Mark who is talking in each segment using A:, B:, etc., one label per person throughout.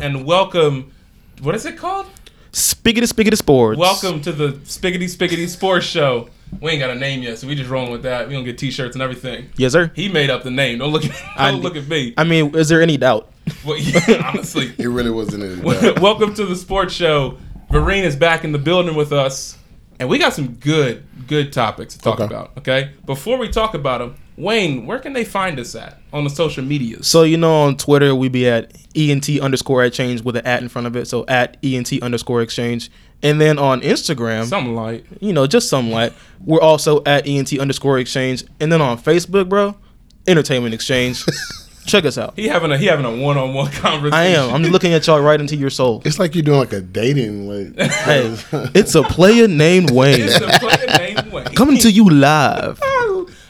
A: and welcome. What is it called?
B: Spiggity spiggity sports.
A: Welcome to the Spiggity Spiggity Sports Show. We ain't got a name yet, so we just rolling with that. We gonna get T-shirts and everything.
B: Yes, sir.
A: He made up the name. Don't look. At, don't
B: I-
A: look at me.
B: I mean, is there any doubt?
A: Well, yeah, honestly,
C: It really wasn't in
A: Well,
C: it.
A: welcome to the sports show. Vereen is back in the building with us, and we got some good, good topics to talk
C: Okay.
A: about. Okay, before we talk about them, Wayne, where can they find us at on the social medias?
B: So you know, on Twitter we be at ent underscore exchange with an at in front of it. So at ent underscore exchange, and then on Instagram,
A: Something like
B: you know, just something like we're also at ent underscore exchange, and then on Facebook, bro, Entertainment Exchange. Check us out.
A: he having a he having a one on one conversation.
B: I am. I'm looking at y'all right into your soul.
C: It's like you're doing like a dating. Like,
B: Hey, it's a player named Wayne
A: It's a player named Wayne.
B: coming to you live.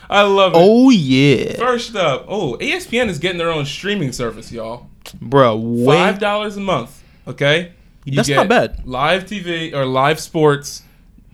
A: I love it.
B: Oh yeah,
A: First up, oh ESPN is getting their own streaming service, y'all.
B: bro.
A: Five
B: Wayne,
A: dollars a month. Okay, You
B: That's not bad.
A: Live TV or live sports,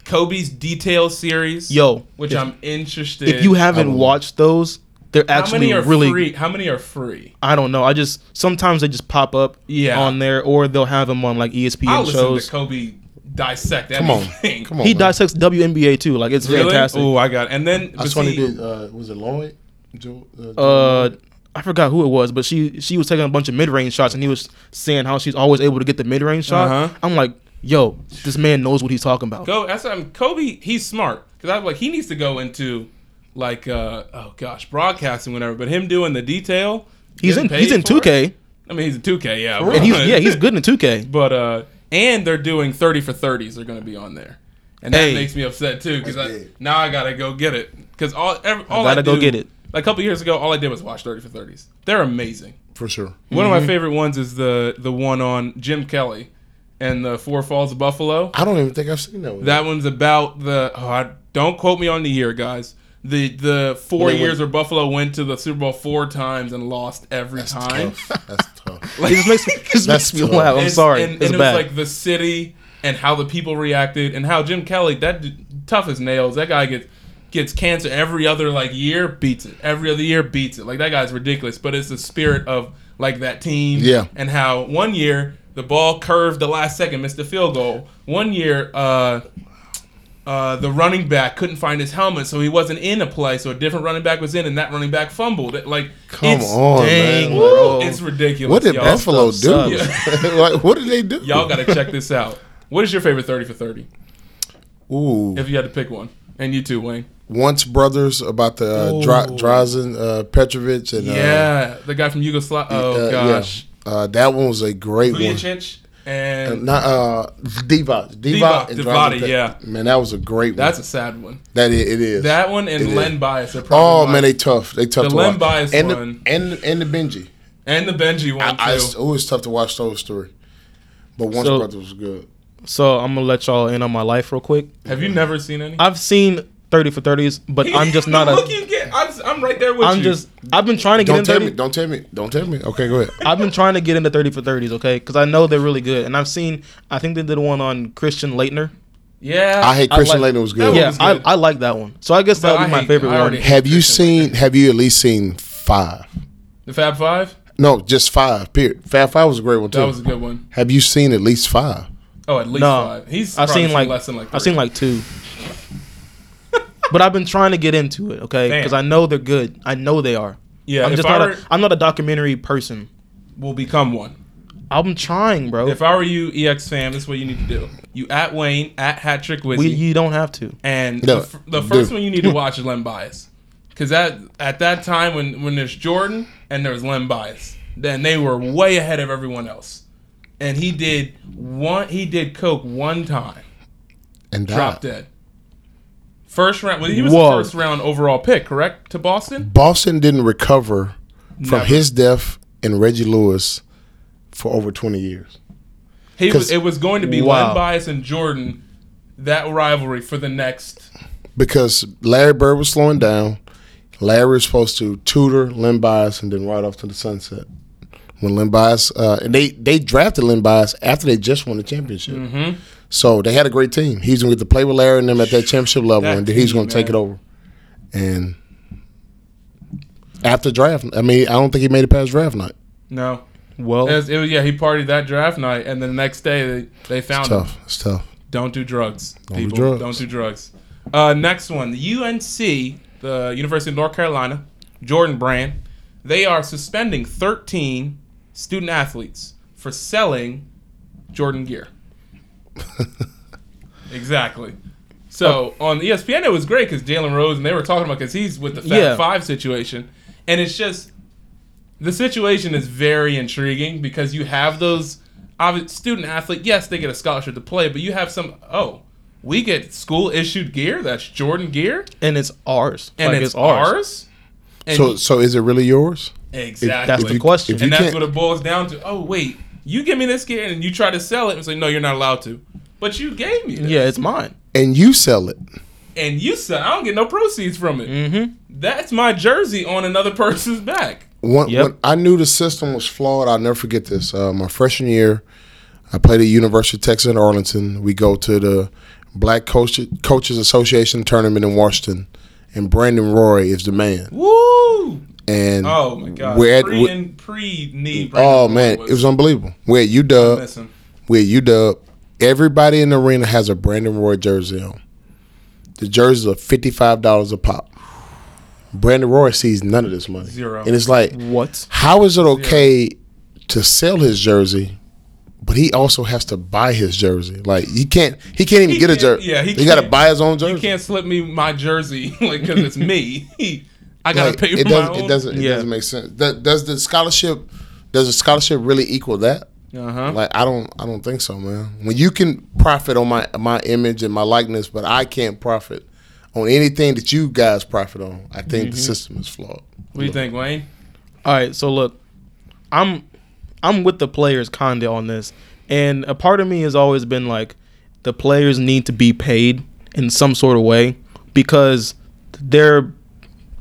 A: Kobe's detail series.
B: Yo,
A: which
B: if-
A: I'm interested.
B: if you haven't watched those, they're
A: how
B: actually
A: many are
B: really.
A: free? How many are free?
B: I don't know. I just sometimes they just pop up
A: Yeah.
B: on there, or they'll have them on like E ESPN
A: I'll listen
B: shows.
A: to Kobe dissect
C: come on,
A: everything.
C: come on.
B: he
C: man.
B: dissects WNBA too. Like it's fantastic.
A: Oh, I got. It. And then
C: I
A: but
C: saw he
A: see,
C: did. Uh, was it Lloyd? Jo- uh,
B: Uh, I forgot who it was, but she she was taking a bunch of mid range shots, and he was saying how she's always able to get the mid range shot.
A: Uh-huh.
B: I'm like, yo, this man knows what he's talking about.
A: Go. That's what I'm, Kobe. He's smart because I'm like he needs to go into like uh oh gosh broadcasting whatever. But him doing the detail.
B: He's
A: getting
B: in he's
A: paid
B: in
A: for it.
B: 2K,
A: I mean he's in 2K. Yeah.
B: and he's
A: but-
B: yeah he's good in 2K.
A: But uh, and they're doing 30 for 30s. They're going to be on there, and that
B: Hey.
A: makes me upset too because
C: That's
A: I,
C: big.
A: now I gotta go get it because all every, all
B: gotta
A: I
B: go
A: do-
B: get it.
A: Like a couple years ago, all I did was watch 30 for 30s. They're amazing.
C: for sure.
A: One
B: Mm-hmm.
A: of my favorite ones is the the one on Jim Kelly and the Four Falls of Buffalo.
C: I don't even think I've seen that one.
A: That one's about the. Oh, I, don't quote me on the year, guys. The the four
C: They went-
A: years where Buffalo went to the Super Bowl four times and lost every time.
C: Tough. That's tough.
B: It just makes me, it just
C: That's
B: makes me
C: tough.
B: laugh. I'm
A: It's-
B: sorry,
A: And,
B: it's
A: and it
B: bad.
A: was like the city and how the people reacted and how Jim Kelly, that d- tough as nails. That guy gets gets cancer every other like year, beats it. Every other year, beats it. Like that guy's ridiculous. But it's the spirit of like that team.
C: Yeah.
A: And how one year the ball curved the last second, missed the field goal. One year, uh, uh, the running back couldn't find his helmet, so he wasn't in a play. So a different running back was in, and that running back fumbled. It, like,
C: Come
A: it's,
C: on,
B: dang,
C: man. oh.
B: bro.
A: Woo, it's ridiculous.
C: What did
A: y'all.
C: Buffalo do?
B: stuff
C: like, what did they do?
A: Y'all gotta check this out. What is your favorite thirty for thirty?
C: Ooh,
A: If you had to pick one, and you too, Wayne.
C: once brothers about the uh,
A: Ooh.
C: Dra- Drazen uh, Petrovic and Uh,
A: yeah, the guy from Yugoslavia. Oh
C: uh,
A: gosh,
C: yeah. Uh, that one was a great one.
A: Vujacic, and
C: Not uh, Divac, Divac, and
A: Divac,
C: Drazen Pe-
A: yeah.
C: Man, that was a great one.
A: that's a sad one.
C: That i- it is.
A: That one and
C: It is.
A: Len Bias are
C: oh
A: probably
C: man,
A: my-
C: they tough. They tough
A: The
C: to
A: Len
C: watch.
A: Bias
C: and
A: one.
C: The, and and the Benji.
A: and the Benji one
C: I,
A: too.
C: it's always tough to watch those three. But once
B: So-
C: brothers was good.
B: so I'm gonna let y'all in on my life real quick.
A: Have you never seen any?
B: I've seen 30 for 30s, but I'm just not
A: Look,
B: a.
A: you get. I'm, I'm right there with
B: I'm
A: you.
B: just. I've been trying to get
C: Don't tell me.
B: into 30.
C: Don't tell me. Don't tell me. Okay, go ahead.
B: I've been trying to get into 30 for 30s, okay? Because I know they're really good, and I've seen. I think they did one on Christian Leitner.
A: yeah.
C: I hate
B: I
C: Christian
B: like-
C: Laettner was
A: That
C: good.
A: one
B: yeah,
A: was
B: I,
A: good.
B: I like that one. So I guess
A: But
B: that would
A: I
B: be my
A: hate-
B: favorite
A: I
B: one.
A: already hate-
C: Have you seen? Have you at least seen five?
A: the Fab Five.
C: No, just five. Period. Fab Five was a great one too.
A: That was a good one.
C: have you seen at least five?
A: Oh, at least
B: No,
A: five. He's.
B: I've
A: probably
B: seen like,
A: less than like.
B: I've seen
A: three.
B: like two. but I've been trying to get into it, okay?
A: Damn.
B: Because I know they're good. I know they are.
A: Yeah.
B: I'm
A: if
B: just
A: I
B: not.
A: were,
B: A, I'm not a documentary person.
A: will become one.
B: I'm trying, bro.
A: If I were you, EX fam, this is what you need to do. You at Wayne at Hat Trick Wizzy,
B: we, you don't have to.
A: and
C: No,
A: the, f- the first
C: dude.
A: one you need to watch is Len Bias, because that at that time when when there's Jordan and there's Len Bias, then they were way ahead of everyone else, and he did one he did coke one time,
C: And
A: drop
C: died.
A: dead. First round, well, he was
B: Whoa.
A: the first round overall pick, correct? To Boston,
C: Boston didn't recover from
A: Never.
C: his death and Reggie Lewis for over twenty years.
A: he was.
C: 'Cause-
A: It was going to be
B: Wow.
A: Len Bias and Jordan, that rivalry for the next.
C: because Larry Bird was slowing down. Larry was supposed to tutor Lynn Bias and then ride off to the sunset. When Lynn Bias, uh, and they, they drafted Lynn Bias after they just won the championship.
A: Mm-hmm.
C: So they had a great team. He's going to get to play with Larry and them at that championship level,
A: That
C: and then he's
A: team,
C: going to take
A: man.
C: it over. And after draft, I mean, I don't think he made it past draft night.
A: No,
B: Well,
C: Oh.
A: It was, it was- yeah, he partied that draft night, and then the next day they, they found
C: It's
A: him.
C: tough. It's tough.
A: Don't do drugs,
C: do
A: people.
C: drugs.
A: Don't do drugs. Uh, next one, the UNC, the University of North Carolina, Jordan Brand, they are suspending 13 student athletes for selling Jordan gear. exactly. So on E ESPN, it was great because Jalen Rose and they were talking about because he's with the Fab
B: Yeah.
A: Five situation, and it's just the situation is very intriguing because you have those obvi- student athlete. Yes, they get a scholarship to play, but you have some. Oh, we get school issued gear. That's Jordan gear,
B: and it's ours.
A: and
B: Like,
A: it's, ours. And
C: So, so is it really yours?
A: exactly,
B: That's
C: If
B: the
C: you-
B: question.
C: if you
A: and that's
C: can't-
A: what it boils down to. Oh wait, you give me this gear and you try to sell it and say no, you're not allowed to. But you gave me this.
B: Yeah, it's mine.
C: And you sell it.
A: and you said I don't get no proceeds from it.
C: Mm-hmm.
A: That's my jersey on another person's back.
C: One,
B: Yep.
C: when I knew the system was flawed. I'll never forget this. Uh, my freshman year, I played at University of Texas in Arlington. We go to the Black Coach- Coaches Association tournament in Washington, and Brandon Roy is the man.
A: Woo!
C: And
A: Oh my god,
C: we're at,
A: pre
C: we-
A: and pre knee.
C: oh man, it was unbelievable. We're at UW.
A: Listen,
C: We're at UW. Everybody in the arena has a Brandon Roy jersey on. The jerseys are fifty five dollars a pop. Brandon Roy sees none of this money,
A: Zero.
C: and it's like
B: What?
C: how is it okay to sell his jersey, but he also has to buy his jersey? Like he can't, he can't even
A: He
C: get a
A: can't-
C: jersey.
A: yeah, he
C: he, got to
A: can't-
C: buy his own jersey.
A: you can't slip me my jersey like because it's me. I gotta
C: Like,
A: pay for
C: it
A: my
C: doesn't,
A: own.
C: it doesn't, it
B: Yeah.
C: doesn't make sense. That, does the scholarship, does the scholarship really equal that?
A: Uh-huh.
C: Like I don't, I don't think so, man. When you can profit on my my image and my likeness, but I can't profit on anything that you guys profit on, I think
A: Mm-hmm.
C: the system is flawed.
A: what do you think, Wayne?
B: All right, so look, I'm I'm with the players kinda on this, and a part of me has always been like, the players need to be paid in some sort of way because they're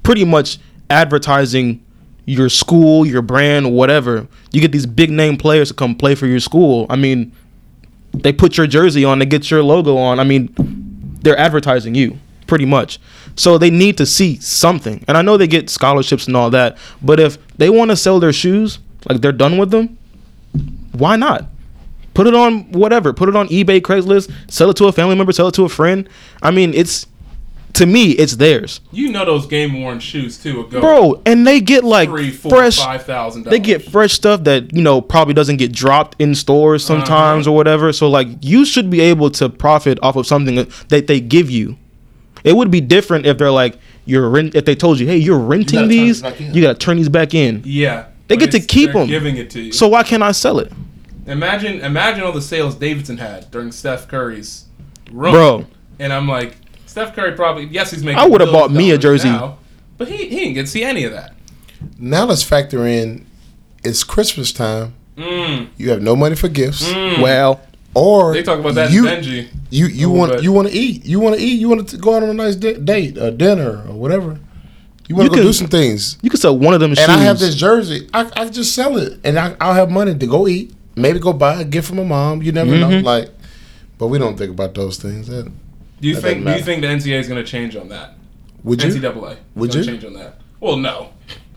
B: pretty much advertising your school, your brand, whatever. You get these big name players to come play for your school. I mean, they put your jersey on, they get your logo on. I mean, they're advertising you pretty much. So they need to see something. And I know they get scholarships and all that, but if they want to sell their shoes, like they're done with them, why not? Put it on whatever. Put it on eBay, Craigslist, sell it to a family member, sell it to a friend. I mean, it's to me, it's theirs.
A: You know those game worn shoes too. Ago.
B: Bro, and they get like
A: three, four,
B: fresh
A: five thousand dollars.
B: they get fresh stuff that you know probably doesn't get dropped in stores sometimes
A: Uh-huh.
B: or whatever so like you should be able to profit off of something that they give you it would be different if they're like you're rent if they told you hey you're renting
C: turn these
B: these
C: back in."
B: you gotta turn these back in
A: yeah.
B: They
A: but
B: get to
A: it's-
B: keep
A: they're
B: 'em.
A: Giving it to you.
B: so why can't i sell it
A: Imagine, imagine all the sales Davidson had during Steph Curry's run.
B: Bro.
A: and I'm like, Steph Curry probably yes, he's making.
B: I would've bought
A: billions
B: me a
A: of dollars
B: jersey.
A: now, but he he didn't get to see any of that.
C: Now let's factor in, it's Christmas time.
A: Mm.
C: You have no money for gifts.
A: Hmm.
B: well
C: or
A: Mm-hmm. They talk about that in
C: You
A: Benji.
C: you, you
A: Oh,
C: want
A: but-
C: you want to eat. You want to eat. You want to go out on a nice da- date, a dinner, or whatever. You want to
B: You
C: go
B: can-
C: do some things.
B: you could sell one of them shoes
C: And I have this jersey. I I just sell it, and I, I'll have money to go eat. Maybe go buy a gift from my mom. You never know.
B: Mhm.
C: Like, but we don't think about those things. That,
A: Do you
C: That
A: think
C: doesn't
A: do you
C: matter.
A: think the NCAA is going to change on that?
C: would you?
A: NCAA is
C: Would
A: gonna
C: you?
A: change on that? Well, no.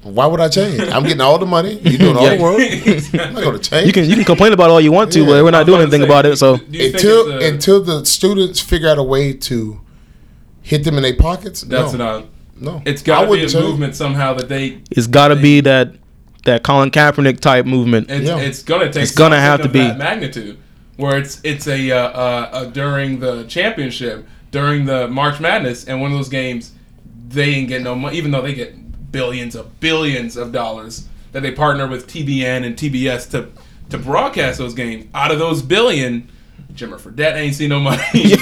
C: Why would I change? I'm getting all the money. You doing all
B: Yeah.
C: the work. I'm not
A: Exactly.
C: going to change.
B: you can you can complain about all you want to
C: Yeah.
B: but we're not doing
A: I'm
B: anything
A: saying,
B: about it so
A: do you think
C: until
A: it's a-
C: until the students figure out a way to hit them in their pockets.
A: that's
C: no,
A: not.
C: no.
A: It's
C: I
A: got to be a
C: wouldn't change.
A: movement somehow that they.
B: it's gotta be that that colin kaepernick type movement
A: It's,
C: Yeah.
A: it's gonna take.
B: It's gonna
A: something
B: have to
A: of
B: be.
A: that magnitude where it's it's a uh, uh, uh, during the championship during the March Madness and one of those games they ain't get no money even though they get billions of billions of dollars that they partner with TBN and TBS to to broadcast those games out of those billion. Jimmer Fredette ain't seen no money.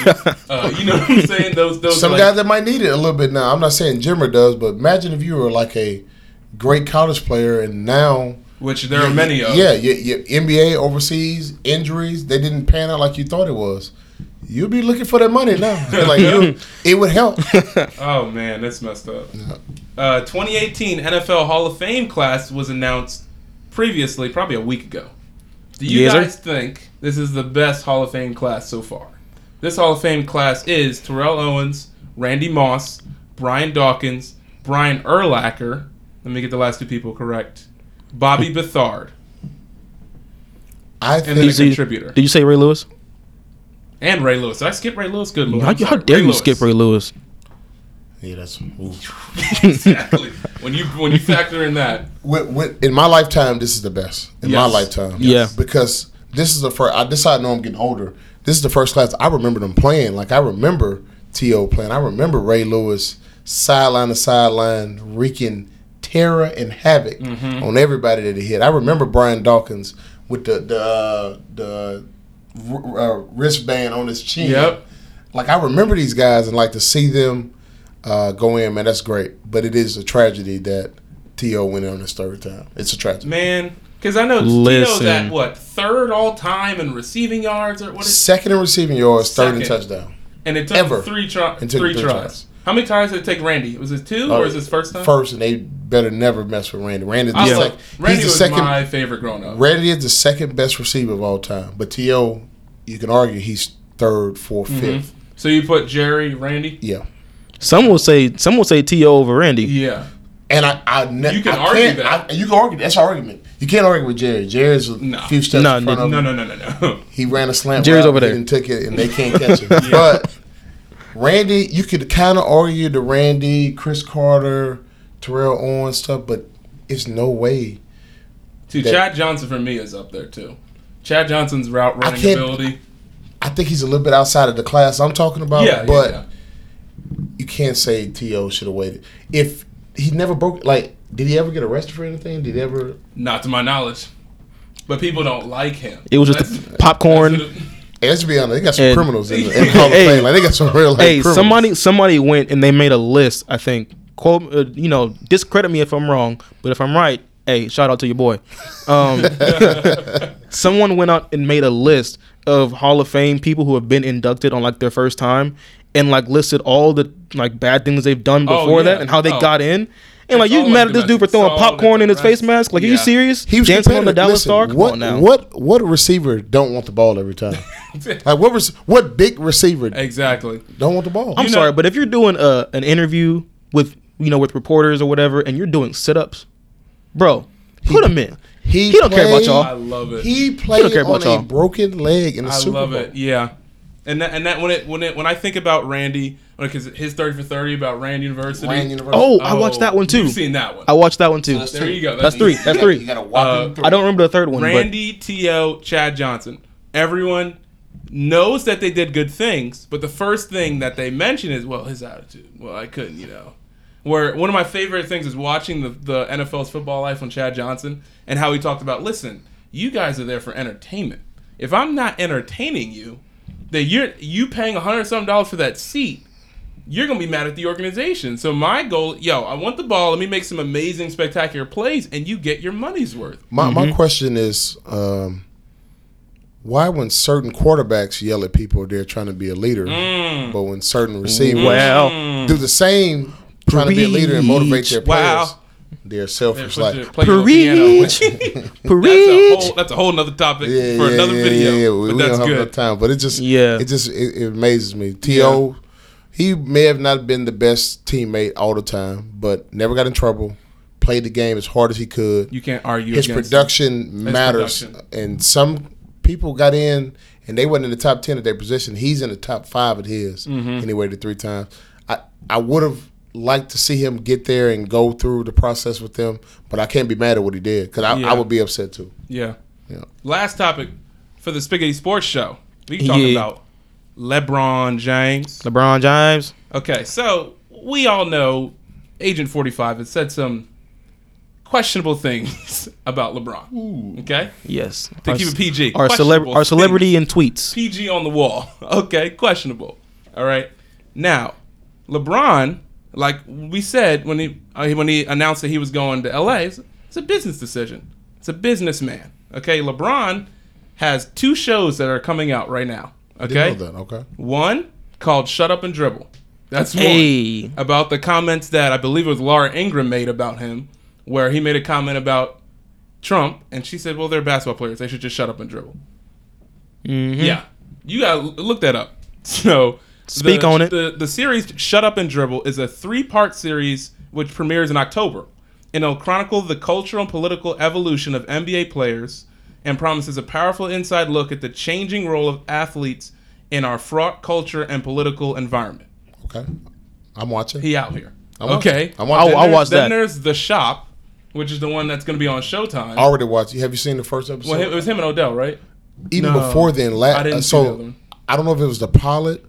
A: Uh, you know what I'm saying? Those those
C: some
A: like-
C: guys that might need it a little bit now. I'm not saying Jimmer does, but imagine if you were like a great college player and now
A: which there are many of.
C: Yeah, your, your NBA overseas injuries they didn't pan out like you thought it was. You'll be looking for that money now. like you, it would help.
A: Oh man, that's messed up. Uh, 2018 NFL Hall of Fame class was announced previously, probably a week ago. Do you
B: Yes, sir.
A: guys think this is the best Hall of Fame class so far? This Hall of Fame class is Terrell Owens, Randy Moss, Brian Dawkins, Brian Erlacher. Let me get the last two people correct. Bobby Bethard.
C: I
A: and then a
C: think
B: Easy.
A: contributor.
B: Did you say Ray Lewis?
A: And Ray Lewis. Did I skip Ray Lewis? Good lord.
B: How,
A: I'm
B: how
A: sorry.
B: dare you skip Ray Lewis?
C: yeah, that's
A: exactly. When you when you factor in that,
C: when, when, in my lifetime. This is the best in my
A: Yes.
C: liftime.
B: Yes. Yeah.
C: because this is the first. I this how I know I'm getting older. This is the first class I remember them playing. Like I remember To playing. I remember Ray Lewis sideline to sideline wreaking terror and havoc
A: Mm-hmm.
C: on everybody that he hit. I remember Brian Dawkins with the the uh, the r- uh, wristband on his chin.
A: Yep.
C: Like I remember these guys and like to see them uh, go in, man, that's great. But it is a tragedy that T.O. went in on his third time. It's a tragedy.
A: man, because I know Tito's
B: Listen.
A: at what third all time in receiving yards or what is
C: Second in receiving yards, third in
A: Second.
C: touchdown.
A: and it took
C: Ever.
A: three try,
C: It took
A: three
C: three
A: tries.
C: tries. Uh,
A: How many tries did it take Randy? Was it two or is this first time?
C: First, and they better never mess with Randy. Randy's the,
A: I was
C: sec-
A: like,
C: he's
A: Randy
C: the
A: was
C: second.
A: my favorite growing up.
C: Randy is the second best receiver of all time. But T.O., you can argue he's third, fourth,
A: Mm-hmm.
C: fifth.
A: so you put Jerry, Randy.
C: Yeah.
B: Some will say some will say T.O. over Randy.
A: Yeah,
C: And I, I ne-
A: You can
C: I
A: argue
C: can't-
A: that.
C: I- you can argue that's our argument. You can't argue with Jerry. Jerry's a
A: No.
C: few steps
B: No,
C: in front
B: no,
C: of
A: no,
C: him.
A: no, no, no, no.
C: He ran a slant.
B: Jerry's
C: route,
B: over there.
C: He didn't take it, and they can't catch him. But Randy, you could kind of argue the Randy, Chris Carter, Terrell Owens stuff, but it's no way.
A: Dude,
C: That-
A: Chad Johnson for me is up there too. Chad Johnson's route running
C: can't-
A: ability.
C: I think he's a little bit outside of the class I'm talking about.
A: Yeah,
C: but
A: yeah,
C: you can't say To should have waited. If he never broke, like, did he ever get arrested for anything? Did he ever?
A: not to my knowledge. But people don't like him.
B: It was just
A: That's-
B: the popcorn.
A: that's what it-
C: Hey, let's be honest, they got some
B: And-
C: criminals in, the- in the Hall of
B: Hey.
C: Fame. Like, they got some real. Like,
B: hey,
C: criminals.
B: somebody somebody went and they made a list. I think quote uh, you know discredit me if I'm wrong, but if I'm right, hey, shout out to your boy. Um, someone went out and made a list of Hall of Fame people who have been inducted on like their first time, and like listed all the like bad things they've done
A: Oh,
B: before
A: yeah.
B: that and how they
A: Oh.
B: got in. And like
A: It's
B: you
A: all, like,
B: mad at this dude for
A: domestic.
B: throwing
A: It's all,
B: popcorn
A: like,
B: in his face
A: domestic.
B: mask? Like, are
A: Yeah.
B: you serious?
C: He was
B: dancing on the
C: competitive.
B: Dallas
C: Listen,
B: Star? Come
C: what,
B: on now.
C: what what receiver don't want the ball every time? like what was what big receiver
A: exactly.
C: don't want the ball?
B: I'm
A: You know-
B: sorry, but if you're doing a, an interview with you know with reporters or whatever, and you're doing sit-ups, bro, put him in. He don't care
A: I
B: about y'all.
A: love it.
C: He
B: don't
C: played
B: care about
C: on
B: y'all.
C: a broken leg in the
A: I
C: Super
A: love
C: Bowl.
A: it. E Yeah. And that, and that when it when it when I think about Randy because his thirty for thirty about Rand University.
C: Rand University.
B: Oh, I watched that one too.
A: You've seen that one.
B: I watched that one too.
A: there you go.
B: That's three. That's three.
A: Uh,
C: a whopping three.
B: I don't remember the third one,
A: Randy, T.O., Chad Johnson. Everyone knows that they did good things, but the first thing that they mention is, well, his attitude. Well, I couldn't, you know. Where one of my favorite things is watching the, the NFL's football life on Chad Johnson and how he talked about, listen, you guys are there for entertainment. If I'm not entertaining you, that you're you paying a hundred something dollars for that seat, you're gonna be mad at the organization. So my goal, yo, I want the ball. Let me make some amazing, spectacular plays, and you get your money's worth.
C: My
B: Mm-hmm.
C: my question is, um, why when certain quarterbacks yell at people, they're trying to be a leader,
A: Mm.
C: but when certain
B: but
C: receivers
B: Mm. well,
C: do the same, trying to be a leader and motivate their
B: Preach.
C: players,
A: Wow.
C: they're
A: Put
C: selfish.
A: your-
C: Like,
A: play your piano.
B: preach,
A: That's a
B: preach.
A: whole that's a whole nother topic
C: yeah,
A: for
C: yeah,
A: another
C: yeah,
A: video.
C: Yeah, yeah. We,
A: but
C: we
A: that's
C: don't have enough
A: good.
C: time. But it just,
B: Yeah.
C: it just it, it amazes me. To he may have not been the best teammate all the time, but never got in trouble. Played the game as hard as he could.
A: You can't argue
C: His
A: against
C: production matters,
A: production.
C: and some people got in and they wasn't in the top ten of their position. He's in the top five at his,
A: Mm-hmm.
C: and he waited three times. I I would have liked to see him get there and go through the process with them, but I can't be mad at what he did because I,
A: Yeah.
C: I would be upset too.
A: Yeah.
C: Yeah.
A: Last topic for the Spaghetti Sports Show. We talking
B: Yeah.
A: about LeBron James.
B: LeBron James.
A: Okay, so we all know Agent 45 has said some questionable things about LeBron. Okay?
B: Yes.
A: To
B: Our
A: keep
B: s-
A: it PG.
B: Our,
A: Questionable
B: celeb- our
A: things.
B: celebrity in tweets.
A: PG on the wall. Okay, questionable. All right. Now, LeBron, like we said when he uh, when he announced that he was going to LA, it's, it's a business decision. It's a businessman. Okay, LeBron has two shows that are coming out right now. Okay,
C: Didn't know that, okay.
A: one called "Shut Up and Dribble." That's one
B: Hey.
A: about the comments that I believe it was Laura Ingram made about him, where he made a comment about Trump, and she said, "Well, they're basketball players; they should just shut up and dribble."
B: Mhm.
A: Yeah, you gotta l- look that up. So
B: Speak
A: the,
B: on it.
A: The, the series "Shut Up and Dribble" is a three-part series which premieres in October, and it'll chronicle the cultural and political evolution of NBA players and promises a powerful inside look at the changing role of athletes in our fraught culture and political environment.
C: Okay. I'm watching.
A: He out here.
C: I'm
A: okay.
C: watching. I'm watching.
B: I'll-
A: Then
B: I'll
A: there's-
B: watch
A: then
B: that.
A: there's the shop, which is the one that's going to be on Showtime.
C: already watched. Have you seen the first episode?
A: well, it was him and Odell, right?
C: Even
B: No.
C: before then, la-
A: I didn't
C: uh,
A: see
C: so
A: that one.
C: I don't know if it was the pilot,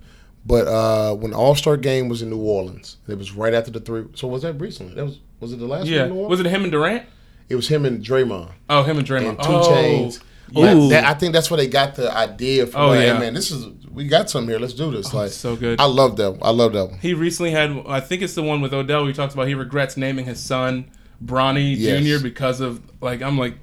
C: but uh, when All Star Game was in New Orleans, it was right after the three. So was that recently? That was was it the last
A: Yeah.
C: one? In New Orleans?
A: Was it him and Durant?
C: It was him and Draymond
A: Oh, him and Draymond.
C: and Two
A: oh.
C: Chains.
B: yeah.
C: That- that- I think that's where they got the idea from.
A: Oh,
C: like, hey,
A: yeah.
C: man, this is we got something here. Let's do this. like
A: it's so good.
C: I love that. One. I love that one.
A: He recently had, I think it's the one with Odell. We talks about he regrets naming his son Bronny
C: Yes.
A: Jr. because of like I'm like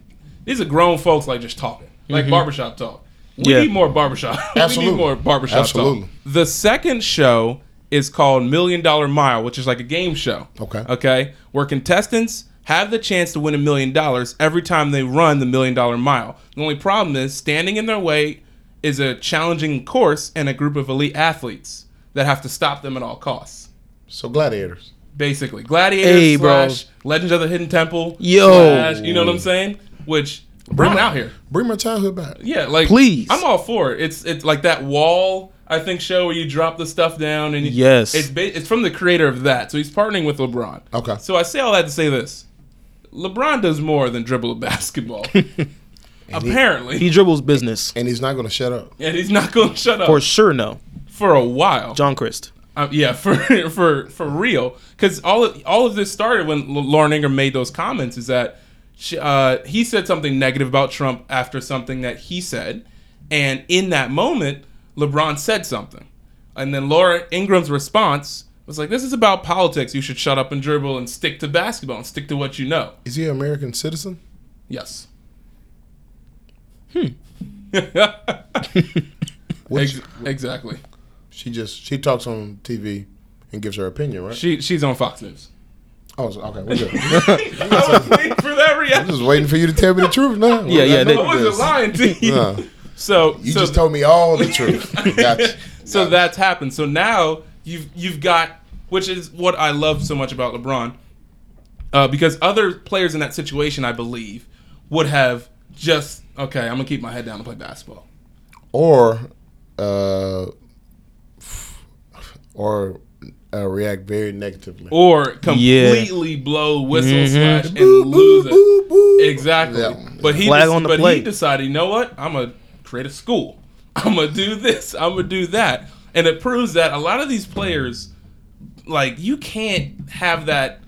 A: these are grown folks like just talking like barbershop talk. We
B: Yeah.
A: need more barbershop. we
C: Mm-hmm. Absolutely.
A: need more barbershop
C: Absolutely.
A: talk. The second show is called Million Dollar Mile, which is like a game show.
C: Okay.
A: Okay, where contestants have the chance to win a million dollars every time they run the million dollar mile. The only problem is standing in their way is a challenging course and a group of elite athletes that have to stop them at all costs.
C: So Gladiators.
A: Basically, Gladiator
B: Hey, bro.
A: slash Legends of the Hidden Temple.
B: Yo.
A: slash- you know what I'm saying? Which bring out here.
C: Bring my childhood back.
A: Yeah, like
B: Please.
A: I'm all for it. It's it's like that wall I think show where you drop the stuff down and you-
B: Yes.
A: it's ba- it's from the creator of that, so he's partnering with LeBron.
C: Okay.
A: So I say all that to say this: LeBron does more than dribble a basketball. Apparently,
B: He dribbles business
C: And he's not going to shut up.
A: and he's not going to shut up
B: for
A: for,
B: sure. No,
A: a while.
B: John Christ.
A: Um, yeah, for for for real, because all of, all of this started when L- Lauren Ingram made those comments. Is that she, uh, he said something negative about Trump after something that he said, and in that moment, LeBron said something, and then Laura Ingram's response was like, "This is about politics. You should shut up and dribble and stick to basketball and stick to what you know."
C: Is he an American citizen?
A: Yes. Hmm.
C: Which
A: Ex- exactly.
C: she just she talks on TV and gives her opinion, right?
A: She she's on Fox News.
C: oh, so- okay. We're good.
A: I was waiting for that
C: I'm
A: reaction.
C: just waiting for you to tell me the truth now.
B: Yeah, yeah,
C: I
B: they-
A: I
C: know
A: wasn't
C: this.
A: lying to you.
C: Nah.
A: So
C: You
A: so,
C: just told me all the truth. Gotcha.
A: so that's happened. So now you've you've got which is what I love so much about LeBron, uh, because other players in that situation, I believe, would have just okay. I'm gonna keep my head down and play basketball.
C: or, uh, or uh, react very negatively.
A: or completely blow whistle slash and lose it. Exactly.
C: Yeah.
A: But he
B: Flag
A: dec-
B: on the
A: but he
B: plate.
A: decided, you know what? I'm gonna create a school. I'm gonna do this. I'm gonna do that. And it proves that a lot of these players, like you can't have that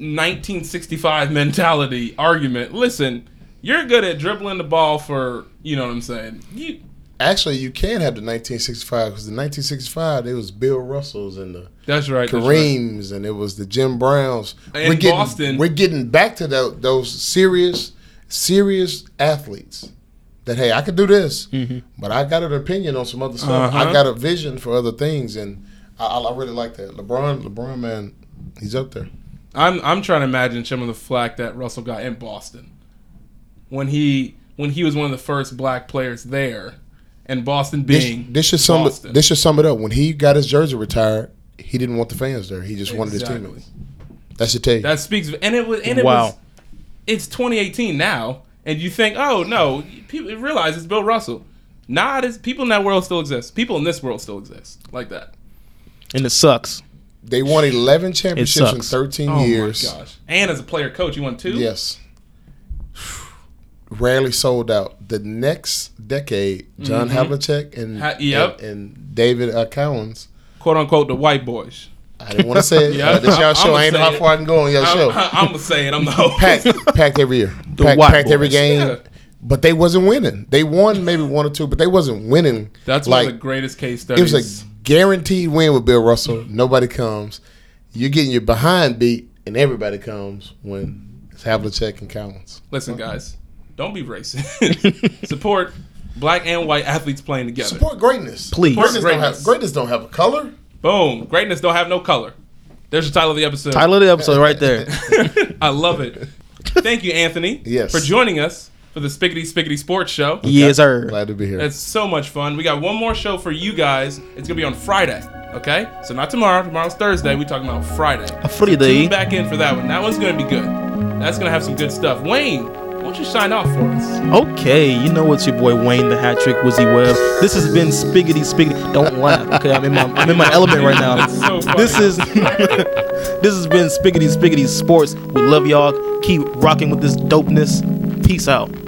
A: 1965 mentality argument. Listen, you're good at dribbling the ball for you know what I'm saying. You
C: Actually, you can have the 1965 because the 1965 it was Bill Russell's and the
A: that's right. that's right.
C: Kareem's and it was the Jim Browns.
A: And
C: getting,
A: Boston.
C: We're getting back to tho- those serious, serious athletes. That hey, I could do this, but I got an opinion on some other stuff.
A: Mm-hmm. Uh-huh.
C: I got a vision for other things, and I, I I really like that. LeBron, LeBron, man, he's up there.
A: I'm I'm trying to imagine some of the flack that Russell got in Boston when he when he was one of the first black players there, and Boston
C: This,
A: being
C: this should sum
A: Boston.
C: this should sum it up. When he got his jersey retired, he didn't want the fans there. He just wanted his
A: Exactly.
C: teammates. That should tell you.
A: that speaks and it was and it
B: Wow.
A: was it's 2018 now and you think oh no people realize it's Bill Russell. Not as people in that world still exist. People in this world still exist like that.
B: And it sucks.
C: they won eleven championships in
B: sucks.
C: thirteen
A: Oh
C: years.
A: my gosh! And as a player coach, you won two.
C: Yes. Rarely sold out. The next decade, John Havlicek and,
A: Mm-hmm. Ha- yep.
C: and and David uh, Cowens.
A: quote unquote the white boys.
C: I didn't want to say it.
A: Yeah,
C: uh, this
A: I'm-
C: y'all
A: I'm
C: show.
A: gonna
C: I ain't know
A: say
C: how
A: it.
C: far I can go on y'all
A: I'm,
C: show.
A: I'm gonna say it. I'm the host.
C: packed, packed every year. Packed,
B: white
C: packed every
B: boys.
C: game.
A: Yeah.
C: But they wasn't winning. They won maybe one or two, but they wasn't winning.
A: That's
C: like
A: one of the greatest case
C: it
A: studies.
C: was a guaranteed win with Bill Russell. Nobody comes. You're getting your behind beat, and everybody comes when it's Havlicek and Cowens.
A: Listen, guys, don't be racist. Support black and white athletes playing together.
C: Support greatness,
B: Please.
C: Greatness, Don't,
A: Greatness.
C: have, greatness don't have a color.
A: Boom. Greatness don't have no color. There's the title of the episode.
B: Title of the episode right there.
A: I love it. Thank you, Anthony,
C: Yes.
A: for joining us for the Spickety Spickety Sports Show.
B: yes, sir.
C: Glad to be here.
A: That's so much fun. We got one more show for you guys. It's gonna be on Friday. Okay, so not tomorrow. Tomorrow's Thursday. We talking about Friday.
B: Friday.
A: Tune back in for that one. That one's gonna be good. That's gonna have some good stuff. Wayne, Why don't you sign off for us?
B: Okay, you know it's your boy Wayne the Hat Trick Wizzy Webb. This has been Spiggity Spiggity. Don't laugh, okay? I'm in my I'm in my element right now.
A: That's so funny.
B: This is this has been Spiggity Spiggity Sports. We love y'all. Keep rocking with this dopeness. Peace out.